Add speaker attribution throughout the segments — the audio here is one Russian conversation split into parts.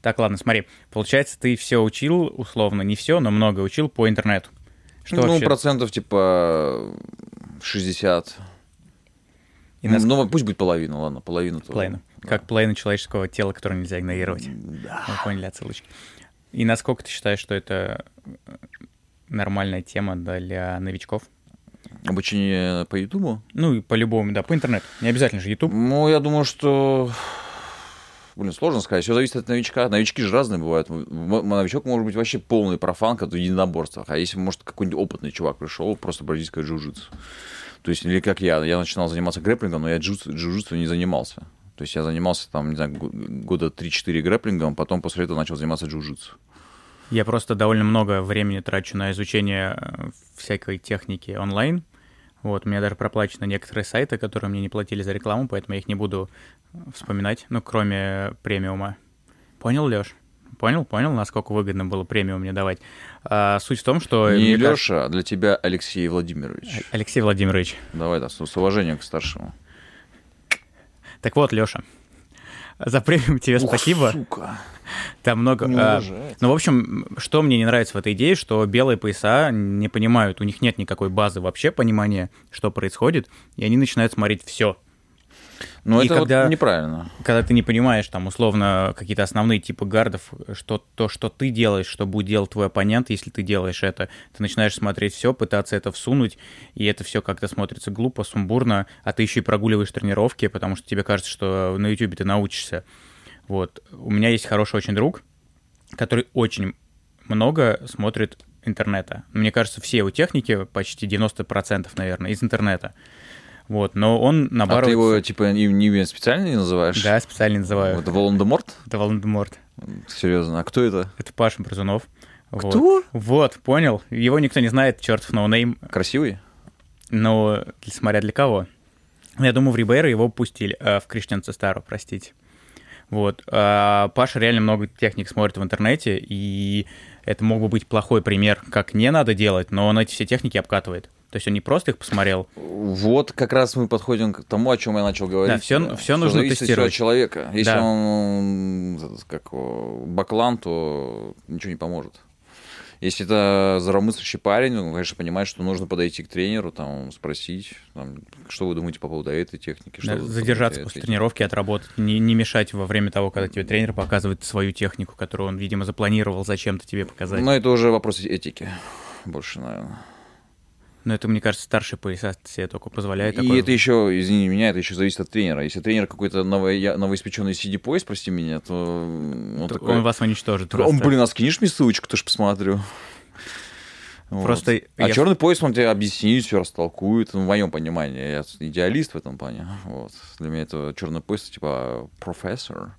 Speaker 1: Так, ладно, смотри. Получается, ты все учил, условно, не все, но много учил по интернету. Что
Speaker 2: ну,
Speaker 1: вообще?
Speaker 2: процентов типа 60.
Speaker 1: И нас-
Speaker 2: Ну, пусть будет половина, ладно, половина. тоже.
Speaker 1: Половину. Как половину человеческого тела, которое нельзя игнорировать. Ну,
Speaker 2: Да.
Speaker 1: Мы поняли отсылочки. И насколько ты считаешь, что это э, нормальная тема для новичков?
Speaker 2: Обучение по Ютубу?
Speaker 1: Ну, и по-любому, да, по интернету. Не обязательно же YouTube.
Speaker 2: Ну, я думаю, что... Блин, сложно сказать. Все зависит от новичка. Новички же разные бывают. М- Новичок может быть вообще полный профан, как в единоборствах. А если, может, какой-нибудь опытный чувак пришел, просто бразильское джиу-джитсу. То есть, или как я. Я начинал заниматься грэплингом, но я джиу-джитсу джиу-джитсу не занимался. То есть я занимался там, не знаю, го- года 3-4 грэплингом, потом после этого начал заниматься джиу-джитсу.
Speaker 1: Я просто довольно много времени трачу на изучение э, всякой техники онлайн. Вот, у меня даже проплачены некоторые сайты, которые мне не платили за рекламу, поэтому я их не буду э, вспоминать, ну, кроме премиума. Понял, Леш? Понял, понял, насколько выгодно было премиум мне давать. А, суть в том, что...
Speaker 2: Не
Speaker 1: мне кажется-
Speaker 2: Леша, а для тебя Алексей Владимирович.
Speaker 1: А- Алексей Владимирович,
Speaker 2: Давай, да, с с уважением к старшему.
Speaker 1: Так вот, Леша, за премиум тебе
Speaker 2: Ух,
Speaker 1: спасибо.
Speaker 2: сука.
Speaker 1: Там много.
Speaker 2: не
Speaker 1: а,
Speaker 2: уважает.
Speaker 1: ну, в общем, что мне не нравится в этой идее, что белые пояса не понимают, у них нет никакой базы вообще понимания, что происходит, и они начинают смотреть все.
Speaker 2: Ну,
Speaker 1: И
Speaker 2: это вот
Speaker 1: когда-
Speaker 2: неправильно.
Speaker 1: Когда ты не понимаешь, там, условно, какие-то основные типы гардов, что то, что ты делаешь, что будет делать твой оппонент, если ты делаешь это, ты начинаешь смотреть все, пытаться это всунуть, и это все как-то смотрится глупо, сумбурно, а ты еще и прогуливаешь тренировки, потому что тебе кажется, что на YouTube ты научишься. Вот. У меня есть хороший очень друг, который очень много смотрит интернета. Мне кажется, все его техники, почти 90%, наверное, из интернета. Вот, но он
Speaker 2: А ты
Speaker 1: наоборот...
Speaker 2: его, типа, и- имя специально не называешь?
Speaker 1: Да, специально называю.
Speaker 2: Вот Волан-де-Морт?
Speaker 1: Это Волан-де-Морт.
Speaker 2: Серьезно, а кто это?
Speaker 1: Это Паша Брызунов. Вот.
Speaker 2: Кто?
Speaker 1: Вот, понял. Его никто не знает, чертов ноунейм.
Speaker 2: Красивый?
Speaker 1: Но для- смотря для кого. Я думаю, в Рибейро его пустили. э, в Криштианце Старо, простите. Вот. а Паша реально много техник смотрит в интернете, и это мог бы быть плохой пример, как не надо делать, но он эти все техники обкатывает. То есть он не просто их посмотрел.
Speaker 2: Вот как раз мы подходим к тому, о чем я начал говорить.
Speaker 1: Да, всё- всё
Speaker 2: Что
Speaker 1: нужно
Speaker 2: зависит всё
Speaker 1: тестировать.
Speaker 2: от человека. Если
Speaker 1: Да.
Speaker 2: он м, как о, баклан, то ничего не поможет. Если это здравомыслящий парень, он, конечно, понимает, что нужно подойти к тренеру, там, спросить, там, что вы думаете по поводу этой техники.
Speaker 1: Да,
Speaker 2: Что вы
Speaker 1: э, задержаться
Speaker 2: думаете
Speaker 1: после
Speaker 2: этой
Speaker 1: тренировки, отработать, не, не мешать во время того, когда тебе тренер показывает свою технику, которую он, видимо, запланировал зачем-то тебе показать.
Speaker 2: Но это уже вопрос этики больше, наверное.
Speaker 1: Но это, мне кажется, старший пояса себе только позволяет.
Speaker 2: И это еще, извини меня, это еще зависит от тренера. Если тренер какой-то ново- я- новоиспеченный CD-поезд, прости меня, то он
Speaker 1: он,
Speaker 2: такой...
Speaker 1: вас уничтожит.
Speaker 2: Он,
Speaker 1: Просто.
Speaker 2: блин, а скинешь мне ссылочку, тоже посмотрю. Вот.
Speaker 1: Просто
Speaker 2: А
Speaker 1: я-
Speaker 2: черный пояс, он тебе объяснит, все растолкует, ну, в моем понимании. Я идеалист в этом плане. Вот. Для меня это черный пояс, типа профессор.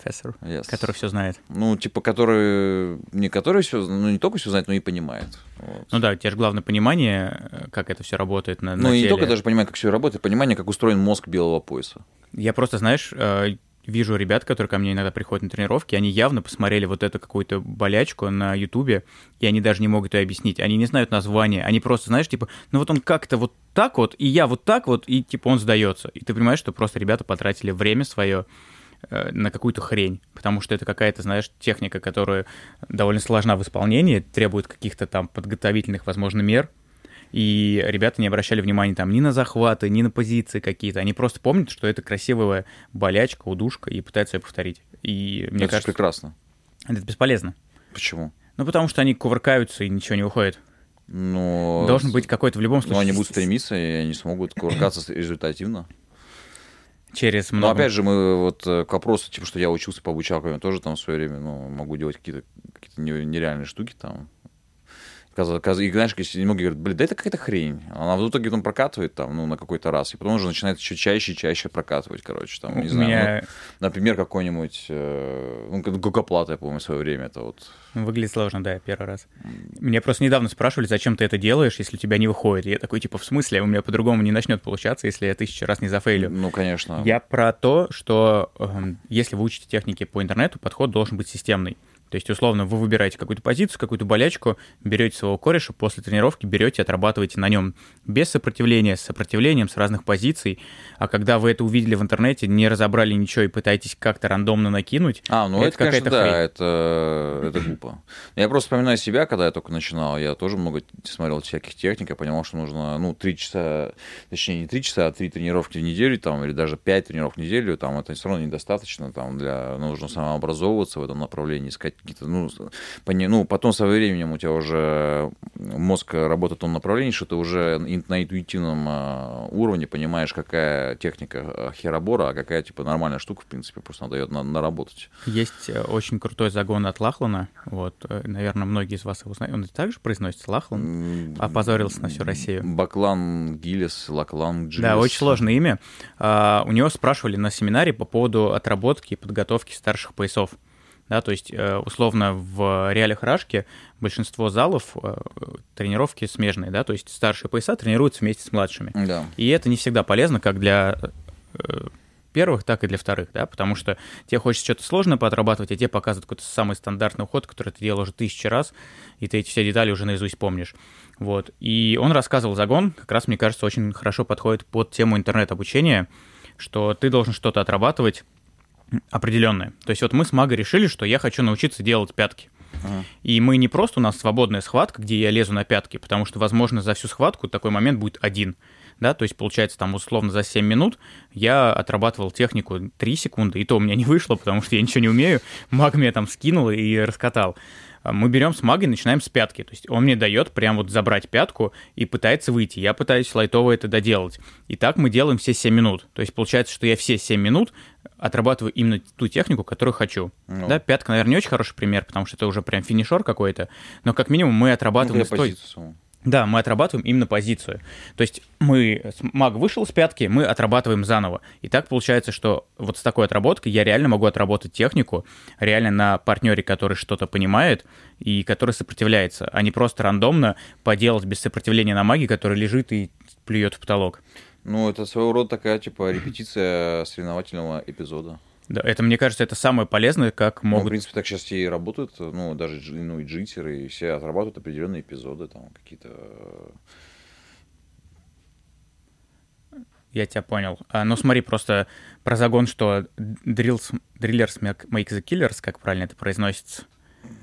Speaker 1: профессор,
Speaker 2: Yes.
Speaker 1: который все знает.
Speaker 2: Ну, типа, который... Не который все, ну, не только все знает, но и понимает. Вот.
Speaker 1: Ну да, у тебя же главное понимание, э, как это все работает на,
Speaker 2: Ну,
Speaker 1: на
Speaker 2: и не
Speaker 1: теле.
Speaker 2: только даже понимание, как все работает, понимание, как устроен мозг белого пояса.
Speaker 1: Я просто, знаешь, э, вижу ребят, которые ко мне иногда приходят на тренировки, они явно посмотрели вот эту какую-то болячку на Ютубе, и они даже не могут ее объяснить. Они не знают названия, они просто, знаешь, типа, ну вот он как-то вот так вот, и я вот так вот, и типа он сдается. И ты понимаешь, что просто ребята потратили время свое на какую-то хрень, потому что это какая-то, знаешь, техника, которая довольно сложна в исполнении, требует каких-то там подготовительных, возможно, мер, и ребята не обращали внимания там ни на захваты, ни на позиции какие-то. Они просто помнят, что это красивая болячка, удушка, и пытаются ее повторить. И мне
Speaker 2: это же
Speaker 1: кажется,
Speaker 2: прекрасно.
Speaker 1: это бесполезно.
Speaker 2: Почему?
Speaker 1: Ну, потому что они кувыркаются и ничего не выходит.
Speaker 2: Ну,
Speaker 1: Должен быть какой-то в любом
Speaker 2: Ну,
Speaker 1: случае...
Speaker 2: они будут
Speaker 1: с-
Speaker 2: стремиться, и они смогут кувыркаться результативно.
Speaker 1: Через
Speaker 2: Но
Speaker 1: много...
Speaker 2: Ну, опять же, мы вот э, к вопросу, типа, что я учился по обучалкам, тоже там в свое время, ну, могу делать какие-то какие нереальные штуки там. Каза- каза- И знаешь, если многие говорят, блин, да это какая-то хрень. Она в итоге там прокатывает там, ну, на какой-то раз, и потом уже начинает еще чаще и чаще прокатывать, короче, там,
Speaker 1: У
Speaker 2: не знаю.
Speaker 1: меня
Speaker 2: ну, например, какой-нибудь, э, ну, как гукоплата, я помню, в свое время, это вот.
Speaker 1: Выглядит сложно, да, первый раз. Меня просто недавно спрашивали, зачем ты это делаешь, если у тебя не выходит. И я такой, типа, в смысле? У меня по-другому не начнет получаться, если я тысячу раз не зафейлю.
Speaker 2: Ну, конечно.
Speaker 1: Я про то, что эм, если вы учите техники по интернету, подход должен быть системный. То есть, условно, вы выбираете какую-то позицию, какую-то болячку, берете своего кореша, после тренировки берете, отрабатываете на нем без сопротивления, с сопротивлением, с разных позиций. А когда вы это увидели в интернете, не разобрали ничего и пытаетесь как-то рандомно накинуть,
Speaker 2: А, ну это, конечно, да, это, э, это глупо. Я просто вспоминаю себя, когда я только начинал, я тоже много смотрел всяких техник, я понимал, что нужно, ну, три часа, точнее, не три часа, а три тренировки в неделю, там, или даже пять тренировок в неделю, там, это все равно недостаточно, там, для, нужно самообразовываться в этом направлении, искать какие-то, ну, пони- ну, потом со временем у тебя уже мозг работает в том направлении, что ты уже ин- на интуитивном а, уровне понимаешь, какая техника а, херобора, а какая, типа, нормальная штука, в принципе, просто надо ее на- наработать.
Speaker 1: Есть э, очень крутой загон от Лахлана. Вот, э, наверное, многие из вас его знают. Он также произносится Лахлан.
Speaker 2: М,
Speaker 1: Опозорился на всю Россию.
Speaker 2: Баклан Гиллис, Лаклан Гиллис.
Speaker 1: Да, очень сложное имя. А, у него спрашивали на семинаре по поводу отработки и подготовки старших поясов. Да, то есть, э, условно, в реалиях Рашки большинство залов э, тренировки смежные, да, то есть старшие пояса тренируются вместе с младшими.
Speaker 2: Да.
Speaker 1: И это не всегда полезно как для э, первых, так и для вторых, да, потому что тебе хочется что-то сложное поотрабатывать, а тебе показывают какой-то самый стандартный уход, который ты делал уже тысячи раз, и ты эти все детали уже наизусть помнишь. Вот. И он рассказывал загон, как раз, мне кажется, очень хорошо подходит под тему интернет-обучения, что ты должен что-то отрабатывать определенное. То есть вот мы с Магой решили, что я хочу научиться делать пятки.
Speaker 2: Ага.
Speaker 1: И мы не просто у нас свободная схватка, где я лезу на пятки, потому что, возможно, за всю схватку такой момент будет один. Да, то есть, получается, там, условно, за 7 минут я отрабатывал технику 3 секунды, и то у меня не вышло, потому что я ничего не умею. Маг меня там скинул и раскатал. А Мы берем с магой, начинаем с пятки. То есть он мне дает прям вот забрать пятку и пытается выйти. Я пытаюсь лайтово это доделать. И так мы делаем все 7 минут. То есть получается, что я все 7 минут отрабатываю именно ту технику, которую хочу.
Speaker 2: Ну.
Speaker 1: Да, А пятка, наверное, не очень хороший пример, потому что это уже прям финишер какой-то. Но как минимум мы отрабатываем
Speaker 2: Ну,
Speaker 1: с
Speaker 2: какая
Speaker 1: той-
Speaker 2: позиция самого?
Speaker 1: да, мы отрабатываем именно позицию. То есть мы, с- маг вышел с пятки, мы отрабатываем заново. И так получается, что вот с такой отработкой я реально могу отработать технику, реально на партнере, который что-то понимает и который сопротивляется, а не просто рандомно поделать без сопротивления на маге, который лежит и плюет в потолок.
Speaker 2: Ну, это своего рода такая, типа, репетиция соревновательного эпизода.
Speaker 1: Да, это, мне кажется, это самое полезное, как
Speaker 2: Ну, в
Speaker 1: могут...
Speaker 2: принципе, так сейчас и работают, ну, даже джи- ну, и джитеры, и все отрабатывают определенные эпизоды, там, какие-то... э,
Speaker 1: Я тебя понял. А, ну, смотри, просто про загон, что drillers, drillers make make the killers, как правильно это произносится.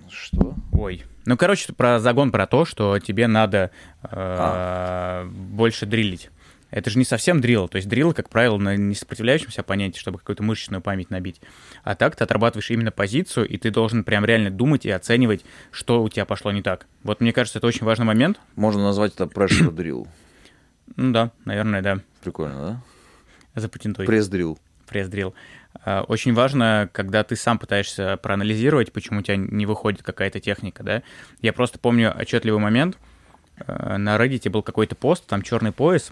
Speaker 2: Что?
Speaker 1: Ой. Ну, короче, про загон про то, что тебе надо э, больше дрилить. Это же не совсем дрил. То есть дрил, как правило, на несопротивляющемся оппоненте, чтобы какую-то мышечную память набить. А так ты отрабатываешь именно позицию, и ты должен прям реально думать и оценивать, что у тебя пошло не так. Вот мне кажется, это очень важный момент.
Speaker 2: Можно назвать это pressure drill.
Speaker 1: Ну да, наверное, да.
Speaker 2: Прикольно, да?
Speaker 1: Запатентуй.
Speaker 2: Пресс drill.
Speaker 1: пресс-дрил. А, Очень важно, когда ты сам пытаешься проанализировать, почему у тебя не выходит какая-то техника, да. Я просто помню отчетливый момент. Э, На Reddit был какой-то пост, там черный пояс,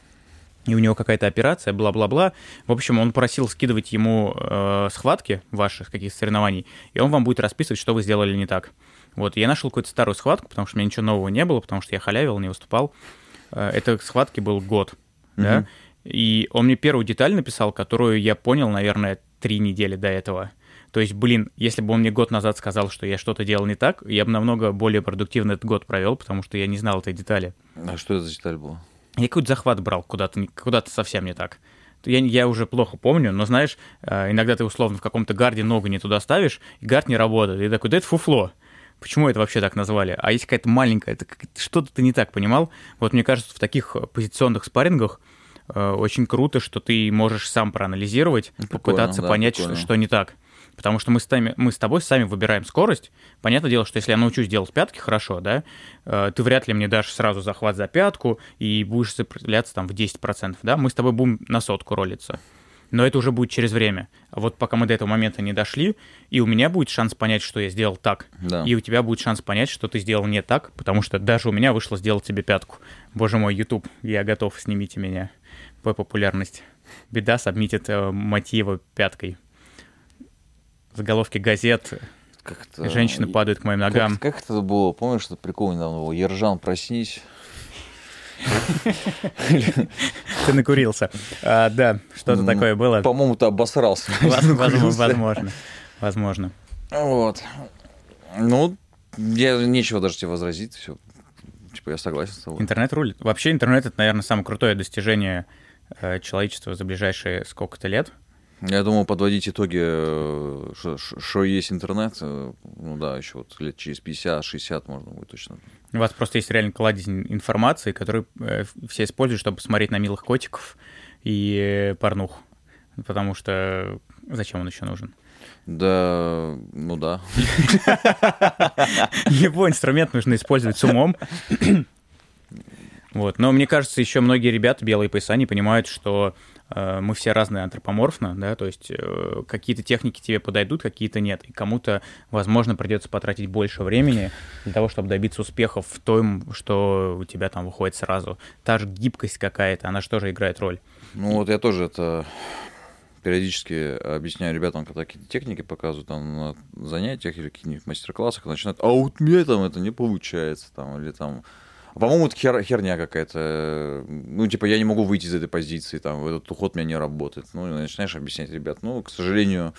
Speaker 1: и у него какая-то операция, бла-бла-бла. В общем, он просил скидывать ему э, схватки ваших каких-то соревнований, и он вам будет расписывать, что вы сделали не так. Вот, я нашел какую-то старую схватку, потому что у меня ничего нового не было, потому что я халявил, не выступал. Э, Это к схватке был год, да.
Speaker 2: Мгм.
Speaker 1: И он мне первую деталь написал, которую я понял, наверное, три недели до этого. То есть, блин, если бы он мне год назад сказал, что я что-то делал не так, я бы намного более продуктивно этот год провел, потому что я не знал этой детали.
Speaker 2: А что это за деталь была?
Speaker 1: Я какой-то захват брал куда-то, не- куда-то совсем не так. Я, я уже плохо помню, но знаешь, э, иногда ты условно в каком-то гарде ногу не туда ставишь, и гард не работает. И такой, да это фуфло. Почему это вообще так назвали? А есть какая-то маленькая, это как- что-то ты не так понимал. Вот мне кажется, в таких э, позиционных спаррингах э, очень круто, что ты можешь сам проанализировать,
Speaker 2: Ну, Прикольно,
Speaker 1: попытаться
Speaker 2: да,
Speaker 1: понять,
Speaker 2: прикольно.
Speaker 1: что, что не так. Потому что мы с, тами- мы с тобой сами выбираем скорость. Понятное дело, что если я научусь делать пятки хорошо, да, э, ты вряд ли мне дашь сразу захват за пятку и будешь сопротивляться там в 10%, да, мы с тобой будем на сотку ролиться. Но это уже будет через время. А Вот пока мы до этого момента не дошли, и у меня будет шанс понять, что я сделал так,
Speaker 2: Да.
Speaker 1: и у тебя будет шанс понять, что ты сделал не так, потому что даже у меня вышло сделать тебе пятку. Боже мой, YouTube, я готов, снимите меня. По популярность. Беда сабмитит э, Матиева пяткой. Заголовки газет.
Speaker 2: Как-то-
Speaker 1: Женщины падают к моим
Speaker 2: Как-
Speaker 1: ногам.
Speaker 2: Как, это было? Помнишь, что прикол недавно был? Ержан, проснись.
Speaker 1: Ты накурился. А, да, что-то
Speaker 2: М,
Speaker 1: такое было.
Speaker 2: По-моему, ты обосрался.
Speaker 1: Воз- возможно,
Speaker 2: Накурился.
Speaker 1: Возможно. Возможно.
Speaker 2: Вот. Ну, я, нечего даже тебе возразить, все. Типа, я согласен с тобой.
Speaker 1: Интернет рулит. Вообще интернет — это, наверное, самое крутое достижение э, человечества за ближайшие сколько-то лет.
Speaker 2: Я думал подводить итоги, э, что- что есть интернет, э, ну да, еще вот лет через 50-60 можно будет точно.
Speaker 1: У вас просто есть реально кладезь информации, которую э, все используют, чтобы посмотреть на милых котиков и э, порнух. Потому что э, зачем он еще нужен?
Speaker 2: Да, ну да.
Speaker 1: Любой инструмент нужно использовать с умом. Вот. Но мне кажется, еще многие ребята, белые пояса, не понимают, что э, мы все разные антропоморфно, да, то есть э, какие-то техники тебе подойдут, какие-то нет. И кому-то, возможно, придется потратить больше времени для того, чтобы добиться успехов в том, что у тебя там выходит сразу. Та же гибкость какая-то, она же тоже играет роль.
Speaker 2: Ну вот я тоже это периодически объясняю ребятам, когда какие-то техники показывают там на занятиях или каких-нибудь мастер-классах, начинают, а вот мне там это не получается, там, или там, «А, по-моему, это хер- херня какая-то. Ну, типа, я не могу выйти из этой позиции, там, этот уход у меня не работает. Ну, и начинаешь объяснять, ребят, ну, к сожалению,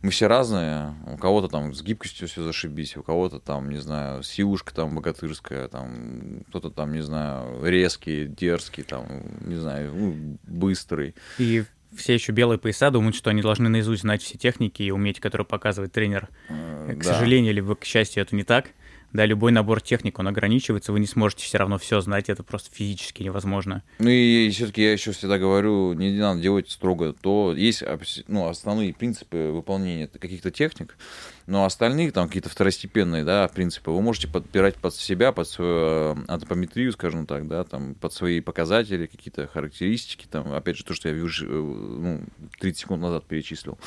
Speaker 2: мы все разные. У кого-то там с гибкостью все зашибись, у кого-то там, не знаю, силушка там богатырская, там, кто-то там, не знаю, резкий, дерзкий, там, не знаю, ну, быстрый.
Speaker 1: И все еще белые пояса думают, что они должны наизусть знать все техники и уметь, которые показывает тренер.
Speaker 2: Э,
Speaker 1: К
Speaker 2: да.
Speaker 1: сожалению, либо к счастью, это не так. Да, любой набор техник, он ограничивается, вы не сможете все равно все знать, это просто физически невозможно.
Speaker 2: Ну и все-таки я еще всегда говорю, не надо делать строго то. Есть обс- ну, основные принципы выполнения т- каких-то техник, но остальные там какие-то второстепенные да, принципы вы можете подбирать под себя, под свою э, антропометрию, скажем так, да, там, под свои показатели, какие-то характеристики, там, опять же, то, что я вижу, э, ну, 30 секунд назад перечислил.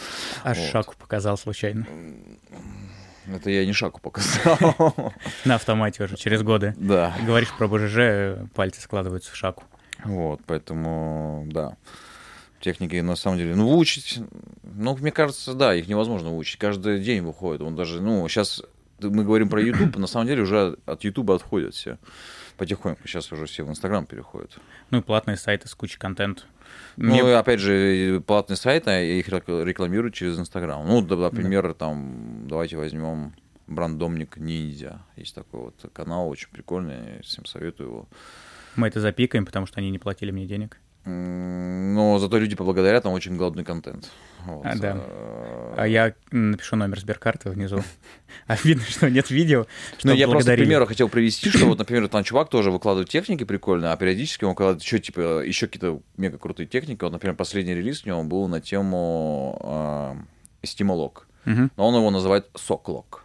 Speaker 1: Аж
Speaker 2: Вот.
Speaker 1: шаку показал случайно.
Speaker 2: Это я не шаку показал.
Speaker 1: На автомате уже через годы.
Speaker 2: Да.
Speaker 1: Говоришь про БЖЖ, э, пальцы складываются в шаку.
Speaker 2: Вот, поэтому, да. Техники, на самом деле, ну, выучить, ну, мне кажется, да, их невозможно выучить. Каждый день выходит. Он даже, ну, сейчас мы говорим про YouTube, на самом деле уже от YouTube отходят все. Потихоньку. Сейчас уже все в Инстаграм переходят.
Speaker 1: Ну и платные сайты с кучей контента.
Speaker 2: Ну, и
Speaker 1: Мне-
Speaker 2: опять же, и платные сайты, и их рек- рекламируют через Инстаграм. Ну, да, например, там, давайте возьмем брандомник ниндзя. Есть такой вот канал, очень прикольный, всем советую его.
Speaker 1: мы это запикаем, потому что они не платили мне денег.
Speaker 2: М, Но зато люди поблагодарят, там очень голодный контент. Вот.
Speaker 1: А, да.
Speaker 2: Э,
Speaker 1: А я напишу номер сберкарты внизу. А видно, что нет видео, что
Speaker 2: Ну, я просто, к
Speaker 1: благодарили.
Speaker 2: примеру, хотел привести, что вот, например, там чувак тоже выкладывает техники прикольные, а периодически он выкладывает еще, типа, еще какие-то мега крутые техники. Вот, например, последний релиз у него был на тему э, стимулок.
Speaker 1: Мгм.
Speaker 2: Но он его называет соклок.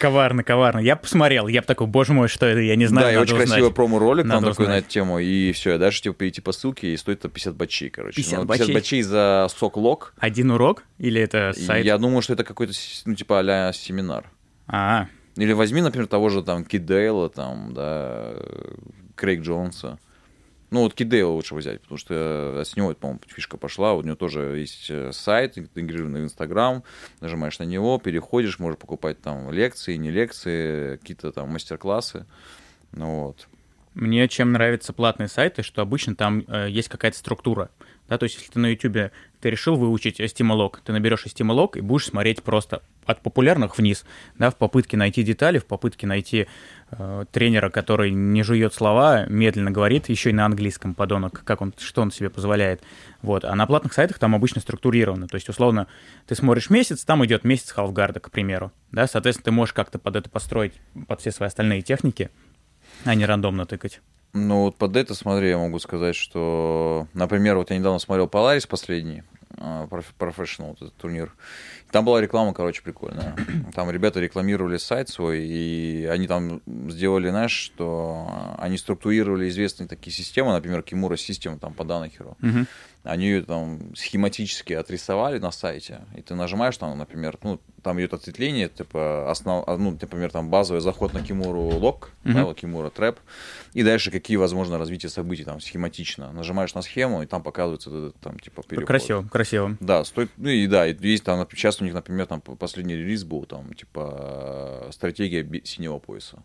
Speaker 1: Коварно, коварно. Я посмотрел, я бы такой, боже мой, что это, я не знаю,
Speaker 2: да, и
Speaker 1: надо
Speaker 2: очень
Speaker 1: узнать.
Speaker 2: красивый промо-ролик там
Speaker 1: Надо
Speaker 2: такой на
Speaker 1: узнать.
Speaker 2: эту тему. И все, я дальше типа перейти по ссылке, и стоит это 50 бачей, короче.
Speaker 1: 50
Speaker 2: Ну,
Speaker 1: бачей?
Speaker 2: за соклок.
Speaker 1: Один урок или это сайт?
Speaker 2: Я думаю, что это какой-то, с- ну, типа, а семинар.
Speaker 1: А,
Speaker 2: Или возьми, например, того же там Кидейла, там, да, э, Крейг Джонса. Ну, вот Кидейла лучше взять, потому что э, с него, это, по-моему, фишка пошла. У него тоже есть э, сайт, интегрированный в Инстаграм. Нажимаешь на него, переходишь, можешь покупать там лекции, не лекции, какие-то там мастер-классы. Ну вот.
Speaker 1: Мне чем нравятся платные сайты, что обычно там э, есть какая-то структура. Да, то есть, если ты на YouTube ты решил выучить э, стимулок, ты наберешь стимулок и будешь смотреть просто от популярных вниз, да, в попытке найти детали, в попытке найти э, тренера, который не жует слова, медленно говорит, еще и на английском подонок, как он, что он себе позволяет. Вот. А на платных сайтах там обычно структурировано. То есть, условно, ты смотришь месяц, там идет месяц халфгарда, к примеру. Да, соответственно, ты можешь как-то под это построить, под все свои остальные техники, а не рандомно тыкать.
Speaker 2: Ну, вот под это, смотри, я могу сказать, что, например, вот я недавно смотрел Polaris последний, а, проф- Professional, вот этот турнир. Там была реклама, короче, прикольная. Там ребята рекламировали сайт свой, и они там сделали, знаешь, что а, они структурировали известные такие системы, например, Kimura система там по Данахеру.
Speaker 1: Мгм.
Speaker 2: Они ее там схематически отрисовали на сайте, и ты нажимаешь там, например, ну, там идет ответвление, типа, основ... ну, например, там базовый заход на Кимуру лок, да,
Speaker 1: Мгм.
Speaker 2: вот Кимура трэп, и дальше какие возможно развитие событий там схематично. Нажимаешь на схему, и там показывается вот этот, там, типа, переход.
Speaker 1: Красиво, красиво.
Speaker 2: Да, стоит, ну и да, и есть там, нап- сейчас у них, например, там п- последний релиз был, там, типа, э, стратегия би- синего пояса.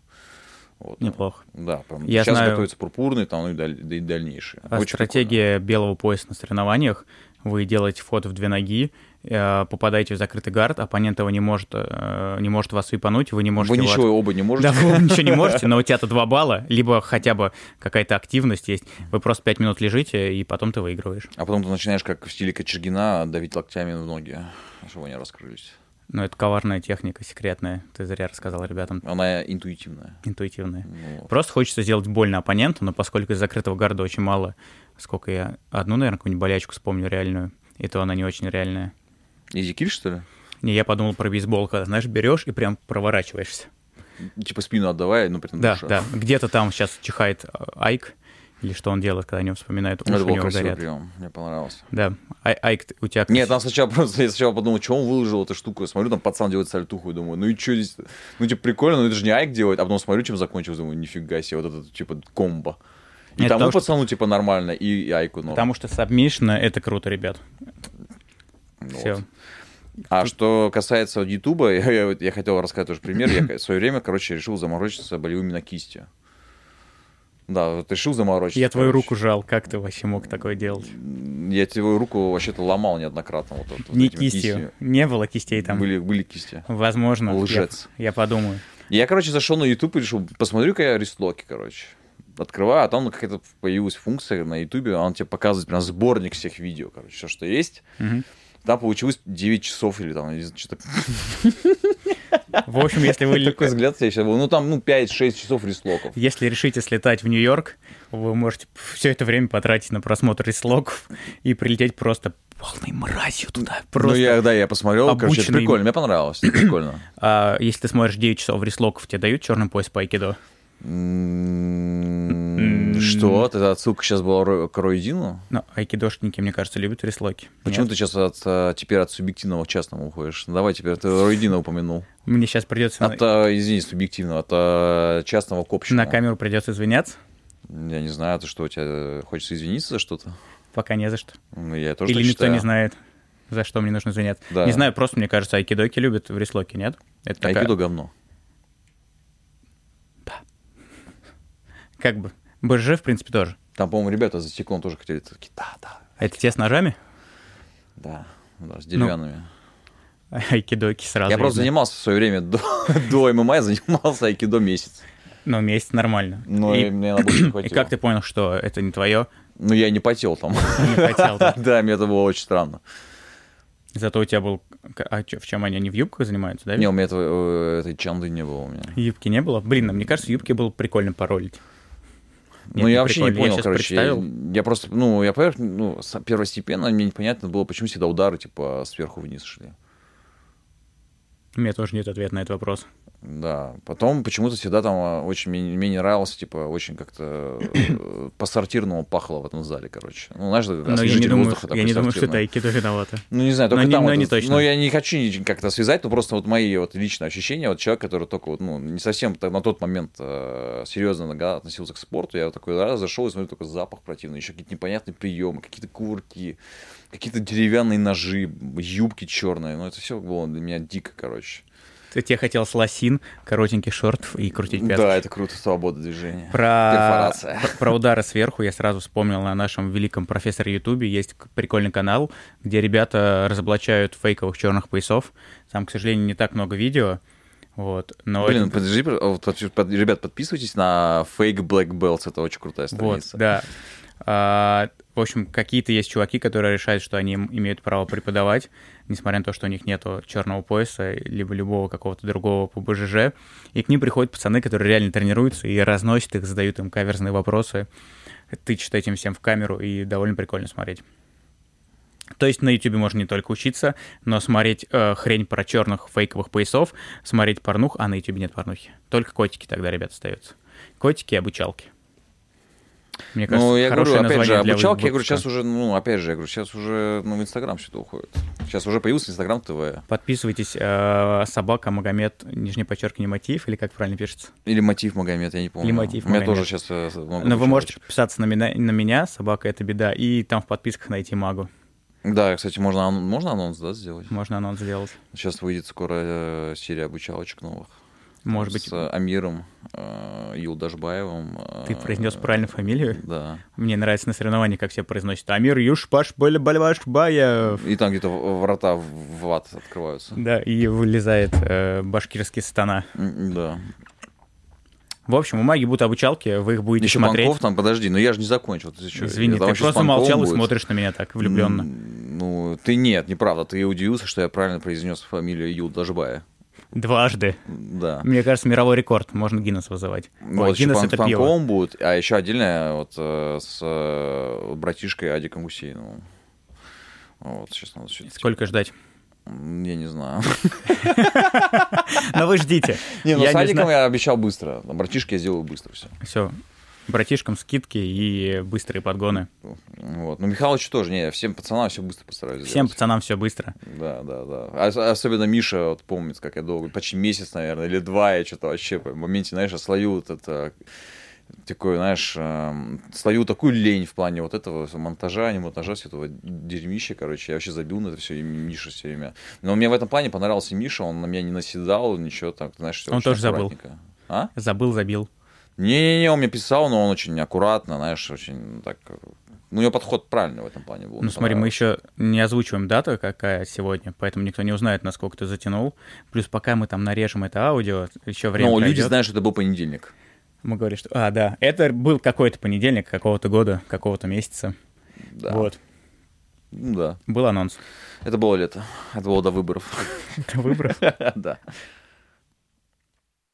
Speaker 2: Вот.
Speaker 1: Неплохо.
Speaker 2: Да, прям
Speaker 1: Я
Speaker 2: сейчас
Speaker 1: знаю-
Speaker 2: готовится пурпурный, там, ну и, даль- да и дальнейшие.
Speaker 1: А
Speaker 2: Очень
Speaker 1: стратегия белого пояса на соревнованиях. Вы делаете фото в две ноги, э, попадаете в закрытый гард, оппонент его не может, э, не может вас выпануть, вы не можете
Speaker 2: Вы
Speaker 1: его
Speaker 2: ничего оба не можете.
Speaker 1: Да, вы ничего не можете, но у тебя-то два балла, либо хотя бы какая-то активность есть. Вы просто пять минут лежите, и потом ты выигрываешь.
Speaker 2: А потом ты начинаешь, как в стиле Кочергина, давить локтями в ноги, чтобы они раскрылись.
Speaker 1: Но это коварная техника, секретная. Ты зря рассказал ребятам,
Speaker 2: Она интуитивная.
Speaker 1: интуитивная.
Speaker 2: Ну, вот.
Speaker 1: Просто хочется сделать больно оппоненту, но поскольку из закрытого гарда очень мало, сколько я одну, наверное, какую-нибудь болячку вспомню реальную, и то она не очень реальная.
Speaker 2: Изи киль, что ли?
Speaker 1: Не, я подумал про бейсбол, когда, знаешь, берешь и прям проворачиваешься.
Speaker 2: Типа спину отдавай, ну, при этом
Speaker 1: Да,
Speaker 2: душа.
Speaker 1: да. Где-то там сейчас чихает э, Айк, или что он делает, когда о нем вспоминают,
Speaker 2: Ну,
Speaker 1: уши
Speaker 2: Это
Speaker 1: у
Speaker 2: был
Speaker 1: него
Speaker 2: красивый
Speaker 1: горят.
Speaker 2: прием, мне понравился.
Speaker 1: Да, Ай- Айк, у тебя...
Speaker 2: Нет, там сначала просто, я сначала подумал, что он выложил эту штуку. Я смотрю, там пацан делает сальтуху, и думаю, ну и что здесь? Ну, типа, прикольно, но это же не Айк делает. А потом смотрю, чем закончилось, думаю, нифига себе, вот это, типа, комбо. И
Speaker 1: Нет,
Speaker 2: тому
Speaker 1: потому что-
Speaker 2: пацану, типа, нормально, и, и Айку норм.
Speaker 1: Потому что сабмишна — это круто, ребят.
Speaker 2: Ну, вот.
Speaker 1: Все.
Speaker 2: А что касается вот Ютуба, я, я вот- я хотел рассказать тоже пример. Я в свое время, короче, решил заморочиться болевыми на кисти. Да, вот решил заморочиться.
Speaker 1: Я твою
Speaker 2: короче.
Speaker 1: руку жал, как ты вообще мог такое делать?
Speaker 2: Я твою руку вообще-то ломал неоднократно. Вот, вот
Speaker 1: Не
Speaker 2: этими
Speaker 1: кистью.
Speaker 2: кистями.
Speaker 1: Не было кистей там.
Speaker 2: Были, были кисти.
Speaker 1: Возможно. я-
Speaker 2: Лжец.
Speaker 1: Я, подумаю.
Speaker 2: И Я, короче, зашел на YouTube и решил, посмотрю-ка я рестлоки, короче. Открываю, а там какая-то появилась функция на YouTube, она тебе показывает прям сборник всех видео, короче, все, что есть.
Speaker 1: Мгм.
Speaker 2: Там получилось 9 часов или там, что-то
Speaker 1: В общем, если вы...
Speaker 2: такой взгляд я сейчас был. Ну, там, ну, 5-6 часов рестлоков.
Speaker 1: Если решите слетать в Нью-Йорк, вы можете все это время потратить на просмотр рислогов и прилететь просто полной мразью туда. Просто.
Speaker 2: Ну, я, да, я посмотрел, короче, это
Speaker 1: обученный-
Speaker 2: прикольно, мне понравилось, это прикольно.
Speaker 1: А если ты смотришь 9 часов рислогов, тебе дают черный пояс по айкидо?
Speaker 2: М, Что? Это отсылка сейчас была Ро- к Роидину?
Speaker 1: Ну, айкидошники, мне кажется, любят рислоки.
Speaker 2: Почему
Speaker 1: Нет?
Speaker 2: А ты сейчас от, э, теперь от субъективного к частному уходишь? Ну, Давай теперь, ты Роидина упомянул.
Speaker 1: Мне сейчас придется...
Speaker 2: От, э, извини, субъективного, от э, частного к общему.
Speaker 1: На камеру придется извиняться,
Speaker 2: Я не знаю, ты что, у тебя хочется извиниться за что-то?
Speaker 1: пока не за что.
Speaker 2: Ну, я тоже
Speaker 1: Или
Speaker 2: так
Speaker 1: никто
Speaker 2: считаю.
Speaker 1: не знает, за что мне нужно извиняться.
Speaker 2: Да.
Speaker 1: Не знаю, просто, мне кажется, айкидоки любят в рислоке, нет? Это такая-
Speaker 2: Айкидо говно.
Speaker 1: Как бы. БЖ, в принципе, тоже.
Speaker 2: Там, по-моему, ребята за стеклом тоже хотели такие, да, да,
Speaker 1: А это те с ножами?
Speaker 2: да, да, с
Speaker 1: Ну,
Speaker 2: деревянными.
Speaker 1: Айкидоки сразу.
Speaker 2: я просто
Speaker 1: видно.
Speaker 2: занимался в свое время до, до ММА, я занимался айкидо месяц.
Speaker 1: Ну, месяц нормально.
Speaker 2: Но
Speaker 1: И-
Speaker 2: Ну, и, мне на больше не
Speaker 1: И
Speaker 2: хватило.
Speaker 1: как ты понял, что это не твое?
Speaker 2: Ну, я не потел там.
Speaker 1: Не хотел. да.
Speaker 2: да, мне это было очень странно.
Speaker 1: Зато у тебя был... А чё, в чем они? Они в юбках занимаются, да?
Speaker 2: Не, у меня этого, э, этой чанды не было у меня.
Speaker 1: Юбки не было? Блин, ну, мне кажется, юбки было прикольно паролить.
Speaker 2: ну, я вообще не
Speaker 1: прикольно.
Speaker 2: понял,
Speaker 1: щас
Speaker 2: короче. Я,
Speaker 1: представил.
Speaker 2: я просто, ну, я поверх, ну, с- первостепенно мне непонятно было, почему всегда удары, типа, сверху вниз шли.
Speaker 1: У меня тоже нет ответа на этот вопрос.
Speaker 2: Да. Потом почему-то всегда там а, очень мне, мне не нравилось, типа, очень как-то э, по-сортирному пахло в этом зале, короче. Ну, знаешь,
Speaker 1: Но я не
Speaker 2: освежитель
Speaker 1: думаю,
Speaker 2: воздуха
Speaker 1: я
Speaker 2: такой
Speaker 1: не думаю, что
Speaker 2: сортирный.
Speaker 1: это айкидо виновата.
Speaker 2: Ну, не знаю,
Speaker 1: Но
Speaker 2: только
Speaker 1: не-
Speaker 2: там...
Speaker 1: но
Speaker 2: вот
Speaker 1: не
Speaker 2: это-
Speaker 1: точно.
Speaker 2: Но я не хочу ни- как-то связать, но просто вот мои вот личные ощущения, вот человек, который только вот, ну, не совсем так на тот момент э, серьезно нога- относился к спорту, я вот такой раз зашел и смотрю, такой запах противный, еще какие-то непонятные приемы, какие-то кувырки, какие-то деревянные ножи, юбки черные, ну, это все было для меня дико, короче.
Speaker 1: Ты тебе хотел с лосин, коротеньких шортов и крутить пятки.
Speaker 2: Да, это круто, свобода движения.
Speaker 1: Про,
Speaker 2: Перфорация.
Speaker 1: про- про удары сверху я сразу вспомнил на нашем великом профессоре Ютубе. Есть к- прикольный канал, где ребята разоблачают фейковых черных поясов. Там, к сожалению, не так много видео. Вот, но
Speaker 2: Блин,
Speaker 1: это-
Speaker 2: подожди, пожалуйста, вот под- под- ребят, подписывайтесь на Fake Black Belts, это очень крутая
Speaker 1: вот,
Speaker 2: страница.
Speaker 1: да. А, в общем, какие-то есть чуваки, которые решают, что они им- имеют право преподавать, несмотря на то, что у них нету черного пояса, либо любого какого-то другого по БЖЖ. И к ним приходят пацаны, которые реально тренируются и разносят их, задают им каверзные вопросы, тычут этим всем в камеру, и довольно прикольно смотреть. То есть на YouTube можно не только учиться, но смотреть э, хрень про черных фейковых поясов, смотреть порнух, а на YouTube нет порнухи. Только котики тогда, ребят, остаются. Котики и обучалки. Мне кажется,
Speaker 2: ну, я говорю,
Speaker 1: хорошее
Speaker 2: опять же,
Speaker 1: название для
Speaker 2: обучалки, я говорю,
Speaker 1: выпуска.
Speaker 2: сейчас уже, ну, опять же, я говорю, сейчас уже, ну, в Инстаграм все это уходит. Сейчас уже появился Инстаграм ТВ.
Speaker 1: Подписывайтесь, э, собака Магомед, нижнее подчеркивание, мотив, или как правильно пишется?
Speaker 2: Или мотив Магомед, я не помню.
Speaker 1: Или «Мотив
Speaker 2: У меня
Speaker 1: Магомед».
Speaker 2: тоже сейчас э, много
Speaker 1: Но Ну, вы
Speaker 2: девочек.
Speaker 1: можете подписаться на меня, на меня, собака это беда, и там в подписках найти магу.
Speaker 2: Да, кстати, можно, ан- можно анонс, да, сделать?
Speaker 1: Можно анонс сделать.
Speaker 2: Сейчас выйдет скоро э, серия обучалочек новых.
Speaker 1: Может быть,
Speaker 2: с Амиром э, Юлдашбаевым. э,
Speaker 1: ты произнес правильно фамилию?
Speaker 2: Да.
Speaker 1: Мне нравится на соревновании, как все произносят. Амир Юшпаш Бальбашбаев.
Speaker 2: И там где-то в- врата в в ад открываются.
Speaker 1: Да, и вылезает э, башкирский стана.
Speaker 2: М, Да.
Speaker 1: В общем, у маги будут обучалки, вы их будете
Speaker 2: Еще
Speaker 1: смотреть.
Speaker 2: Панков там, подожди, но я же не закончил. Ты чё,
Speaker 1: Извини,
Speaker 2: я там
Speaker 1: ты
Speaker 2: вообще с
Speaker 1: просто
Speaker 2: Панковым
Speaker 1: молчал и
Speaker 2: будет.
Speaker 1: смотришь на меня так влюбленно.
Speaker 2: М, Ну, ты нет, неправда. Ты удивился, что я правильно произнес фамилию Юлдашбая.
Speaker 1: Дважды.
Speaker 2: Да.
Speaker 1: Мне кажется, мировой рекорд. Можно Гиннес вызывать.
Speaker 2: Ну,
Speaker 1: Ой,
Speaker 2: вот еще
Speaker 1: Гиннес
Speaker 2: Пан-
Speaker 1: это
Speaker 2: с
Speaker 1: пиво.
Speaker 2: Панковым будет, а еще отдельно вот э, с э, братишкой Адиком Гусейновым. Вот, сейчас надо все
Speaker 1: Сколько ждать?
Speaker 2: Я не знаю.
Speaker 1: Но вы ждите.
Speaker 2: Не, ну
Speaker 1: Я
Speaker 2: с
Speaker 1: не
Speaker 2: Адиком
Speaker 1: знаю.
Speaker 2: я обещал быстро. Там Братишки я сделаю быстро все.
Speaker 1: Все. Братишкам скидки и быстрые подгоны.
Speaker 2: Вот. Ну, Михалычу тоже. Не, всем пацанам все быстро постараюсь
Speaker 1: Всем
Speaker 2: сделать.
Speaker 1: пацанам все быстро.
Speaker 2: Да, да, да. Ос- Особенно Миша, вот помнит, как я долго, почти месяц, наверное, или два, я что-то вообще в моменте, знаешь, ослою вот это такой, знаешь, эм, словил такую лень в плане вот этого монтажа, не монтажа, все этого дерьмища, короче, я вообще забил на это все, и Миша все время. Но мне в этом плане понравился Миша, он на меня не наседал, ничего так, знаешь, всё
Speaker 1: Он
Speaker 2: очень
Speaker 1: тоже забыл.
Speaker 2: аккуратненько. А?
Speaker 1: Забыл, забил.
Speaker 2: Не-не-не, он мне писал, но он очень аккуратно, знаешь, очень так... э, Ну, у него подход правильный в этом плане был.
Speaker 1: Ну, смотри, мы еще не озвучиваем дату, какая сегодня, поэтому никто не узнает, насколько ты затянул. Плюс пока мы там нарежем это аудио, еще время
Speaker 2: Но Ну, люди
Speaker 1: пройдет.
Speaker 2: знают, что это был понедельник.
Speaker 1: Мы говорим, что... А, да, это был какой-то понедельник какого-то года, какого-то месяца.
Speaker 2: Да.
Speaker 1: Вот,
Speaker 2: Ну, да.
Speaker 1: был анонс.
Speaker 2: Это было лето. Это было до выборов.
Speaker 1: Выброс.
Speaker 2: Да.